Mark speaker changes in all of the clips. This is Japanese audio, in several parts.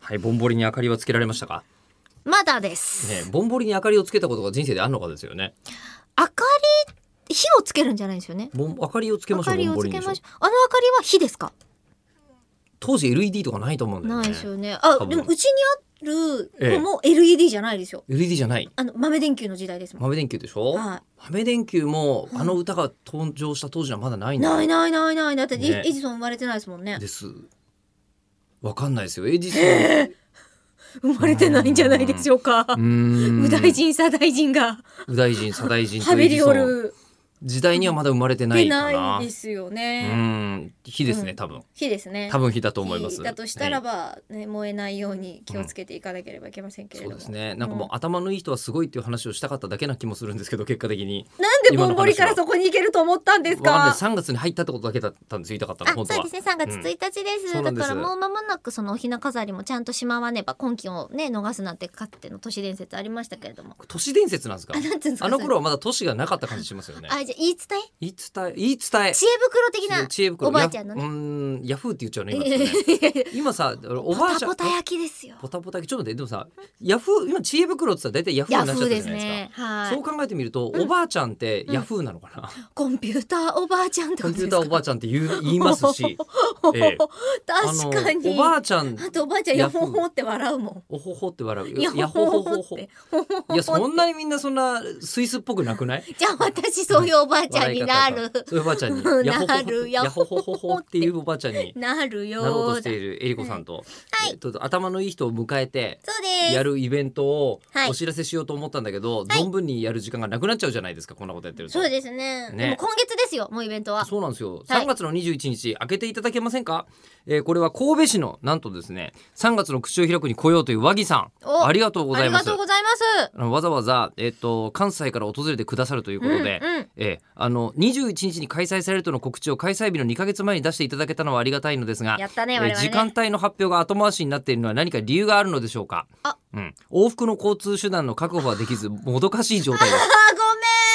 Speaker 1: はい、ぼんぼりに明かりはつけられましたか。
Speaker 2: まだです、
Speaker 1: ねえ、ぼんぼりに明かりをつけたことが人生であるのかですよね。
Speaker 2: 明かり火をつけるんじゃないんですよね
Speaker 1: ぼん、明かりをつけ
Speaker 2: 明
Speaker 1: ましょう。
Speaker 2: か
Speaker 1: ぼ
Speaker 2: り
Speaker 1: ん
Speaker 2: を
Speaker 1: ぼ
Speaker 2: つ
Speaker 1: りに
Speaker 2: け
Speaker 1: でしょ
Speaker 2: ましょうあの明かりは火ですか
Speaker 1: 当時 LED とかないと思うんだよ
Speaker 2: な
Speaker 1: ね。
Speaker 2: いですよね
Speaker 1: 多
Speaker 2: あ
Speaker 1: 分
Speaker 2: でもうちにあ
Speaker 1: ええ
Speaker 2: るのも LED じゃないですよ
Speaker 1: LED じゃない。
Speaker 2: あの豆電球の時代ですもん
Speaker 1: 豆電球でしょ。
Speaker 2: は
Speaker 1: 豆電球も
Speaker 2: うん
Speaker 1: あの歌が登場した当時はまだない
Speaker 2: い
Speaker 1: んだ。
Speaker 2: ないないないないだってエジ
Speaker 1: ね
Speaker 2: エジソン生まれてないですもんね
Speaker 1: です。わかんないですよ。エジソン。
Speaker 2: 生まれてないんじゃないでしょうか
Speaker 1: うーん
Speaker 2: 右大。臣左大臣が
Speaker 1: 右大臣、左大臣
Speaker 2: ハ
Speaker 1: と
Speaker 2: ベ
Speaker 1: エジ
Speaker 2: リ
Speaker 1: ソ
Speaker 2: オ
Speaker 1: ン。
Speaker 2: ル
Speaker 1: 時代にはまだ生まれてな
Speaker 2: で
Speaker 1: いか
Speaker 2: な
Speaker 1: な。
Speaker 2: いですよ
Speaker 1: う
Speaker 2: ね
Speaker 1: ん、火ですね、
Speaker 2: うん
Speaker 1: 多分。
Speaker 2: 火ですね
Speaker 1: 多分火だと思います。
Speaker 2: 火だとしたらば、ね、燃えないように気をつけていかなければいけませんけ
Speaker 1: そ
Speaker 2: れど
Speaker 1: う
Speaker 2: も、
Speaker 1: ですね。なんかもう頭のいい人はすごいっていう話をしたかっただけな気もするんですけど、結果的に。
Speaker 2: なんでぼんぼりからそこに行けると思ったんです
Speaker 1: わかんない
Speaker 2: か
Speaker 1: 3月に入ったってことだけだったんですよ言いたかったの
Speaker 2: あ、そ
Speaker 1: 本
Speaker 2: う
Speaker 1: 当は
Speaker 2: ですね。3月1日です。
Speaker 1: そうな
Speaker 2: だ
Speaker 1: んです
Speaker 2: からもう間もなくそのおひな飾りもちゃんとしまわねば今期をね逃すなんてかつての都市伝説ありましたけれども。
Speaker 1: 都市伝説なんですか
Speaker 2: あ、なんつうんですか。
Speaker 1: あの頃はまだ都市がなかった感じしますよね
Speaker 2: それ。あ、じゃあ言い伝え？
Speaker 1: 言い伝え言い伝え
Speaker 2: 知恵袋的な。
Speaker 1: 知恵袋
Speaker 2: おばあちゃんのね
Speaker 1: やうーんヤフーって言っちゃうね今ってね 今さお
Speaker 2: ポ
Speaker 1: ばあ
Speaker 2: タ
Speaker 1: ちゃん
Speaker 2: ポタ焼きですよ。
Speaker 1: ポタポタちょっと待ってでもさヤフー今知恵袋って言ったら大体ヤフー
Speaker 2: ヤ
Speaker 1: になっちゃ
Speaker 2: フ
Speaker 1: っ
Speaker 2: ー
Speaker 1: たじゃ
Speaker 2: です
Speaker 1: ないですか
Speaker 2: ね。は
Speaker 1: そう
Speaker 2: い。
Speaker 1: 考えてみると、
Speaker 2: うん
Speaker 1: おばあちゃんって
Speaker 2: うん
Speaker 1: ヤフーなのかな、
Speaker 2: コンピューターおばあちゃんって
Speaker 1: コ
Speaker 2: こ
Speaker 1: ン
Speaker 2: と
Speaker 1: ピ
Speaker 2: で
Speaker 1: ュ
Speaker 2: す
Speaker 1: ー
Speaker 2: か
Speaker 1: ターおばあちゃんって言う言いますしええ
Speaker 2: 確か
Speaker 1: あのおば
Speaker 2: に。
Speaker 1: あちゃん
Speaker 2: あとおばあちゃん
Speaker 1: ヤ
Speaker 2: ヤ
Speaker 1: フー
Speaker 2: ホホって笑うもん。
Speaker 1: おほほって笑うよ
Speaker 2: ヤ
Speaker 1: や
Speaker 2: ホ
Speaker 1: ほ
Speaker 2: ホ
Speaker 1: ほほ
Speaker 2: ホっ
Speaker 1: ほ
Speaker 2: て。
Speaker 1: いやそんなにみんなそんなスイスっぽくなく ない
Speaker 2: じゃあ私そういうおばあちゃんにな
Speaker 1: 笑い
Speaker 2: る
Speaker 1: 方が。そういうおばあちゃん に
Speaker 2: なる
Speaker 1: やほほほ
Speaker 2: や
Speaker 1: や
Speaker 2: ほ
Speaker 1: ほ
Speaker 2: ほ
Speaker 1: ほほほっていうおばあちゃんに
Speaker 2: なるよ
Speaker 1: なろうとし
Speaker 2: ー
Speaker 1: て
Speaker 2: だ。
Speaker 1: いるえりこさんと,、
Speaker 2: はい
Speaker 1: えっと頭のいい人を迎えて
Speaker 2: そうです。
Speaker 1: やるイベントを
Speaker 2: はい
Speaker 1: お知らせしようと思ったんだけど、
Speaker 2: はい
Speaker 1: 存分にやる時間がなくなっちゃうじゃないですかこんなことやってると
Speaker 2: そうですね。
Speaker 1: ね
Speaker 2: でも今月ですよ、もうイベントは。
Speaker 1: そうなんですよ
Speaker 2: はい
Speaker 1: 3月の21日、開けていただけませんか、えーこれは神戸市のなんとですね3月の口を開くに来ようという和木さん
Speaker 2: お
Speaker 1: ありがとうご
Speaker 2: あ
Speaker 1: ざい
Speaker 2: り
Speaker 1: ま
Speaker 2: が
Speaker 1: す
Speaker 2: とうございます。
Speaker 1: あのわざわざ、えっと関西から訪れてくださるということで、
Speaker 2: うんうん
Speaker 1: ええ、あの21日に開催されるとの告知を開催日の2ヶ月前に出していただけたのはありがたいのですが、
Speaker 2: やったね
Speaker 1: え
Speaker 2: 我
Speaker 1: え
Speaker 2: 々ね
Speaker 1: 時間帯の発表が後回しになっているのは何か理由があるのでしょうか
Speaker 2: あ、
Speaker 1: うん、往復の交通手段の確保はできずもどかしい状態 です
Speaker 2: あ、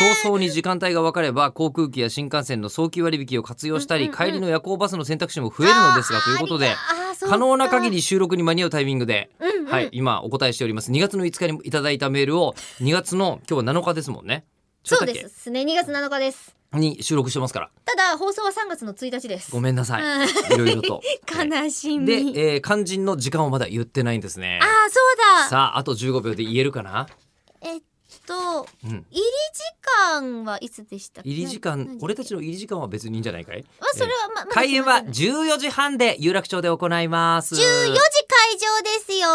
Speaker 2: ご
Speaker 1: 早々に時間帯が分かれば航空機や新幹線の早期割引を活用したり、帰りの夜行バスの選択肢も増え
Speaker 2: めん。
Speaker 1: るのですがということで。可能な限
Speaker 2: り。
Speaker 1: り収録に間に合うタイミングで、
Speaker 2: うんうん
Speaker 1: はい、今お答えしております。2月の5日にいただいたメールを、2月の今日は7日ですもんね。
Speaker 2: そう
Speaker 1: 違った
Speaker 2: で
Speaker 1: っ
Speaker 2: すね、2月7日です。
Speaker 1: けに収録してますから。
Speaker 2: ただ、放送は3月の1日です
Speaker 1: ご。めんなさい。
Speaker 2: はい
Speaker 1: いろいろと。
Speaker 2: 悲しみ。
Speaker 1: で、えー肝心の時間をまだ言ってないんですね
Speaker 2: あ。あ、そうだ。
Speaker 1: さあ、あと15秒で言えるかな。
Speaker 2: えっと、
Speaker 1: うん。
Speaker 2: 入り時間はいつでしたっけ
Speaker 1: 入り時間、俺たちの入り時間は別にいいんじゃないかい。
Speaker 2: まあ、それは、まあ、まだ
Speaker 1: 開演は
Speaker 2: 決まってない
Speaker 1: 14時半で有楽町で行います。
Speaker 2: 14時会場ですよ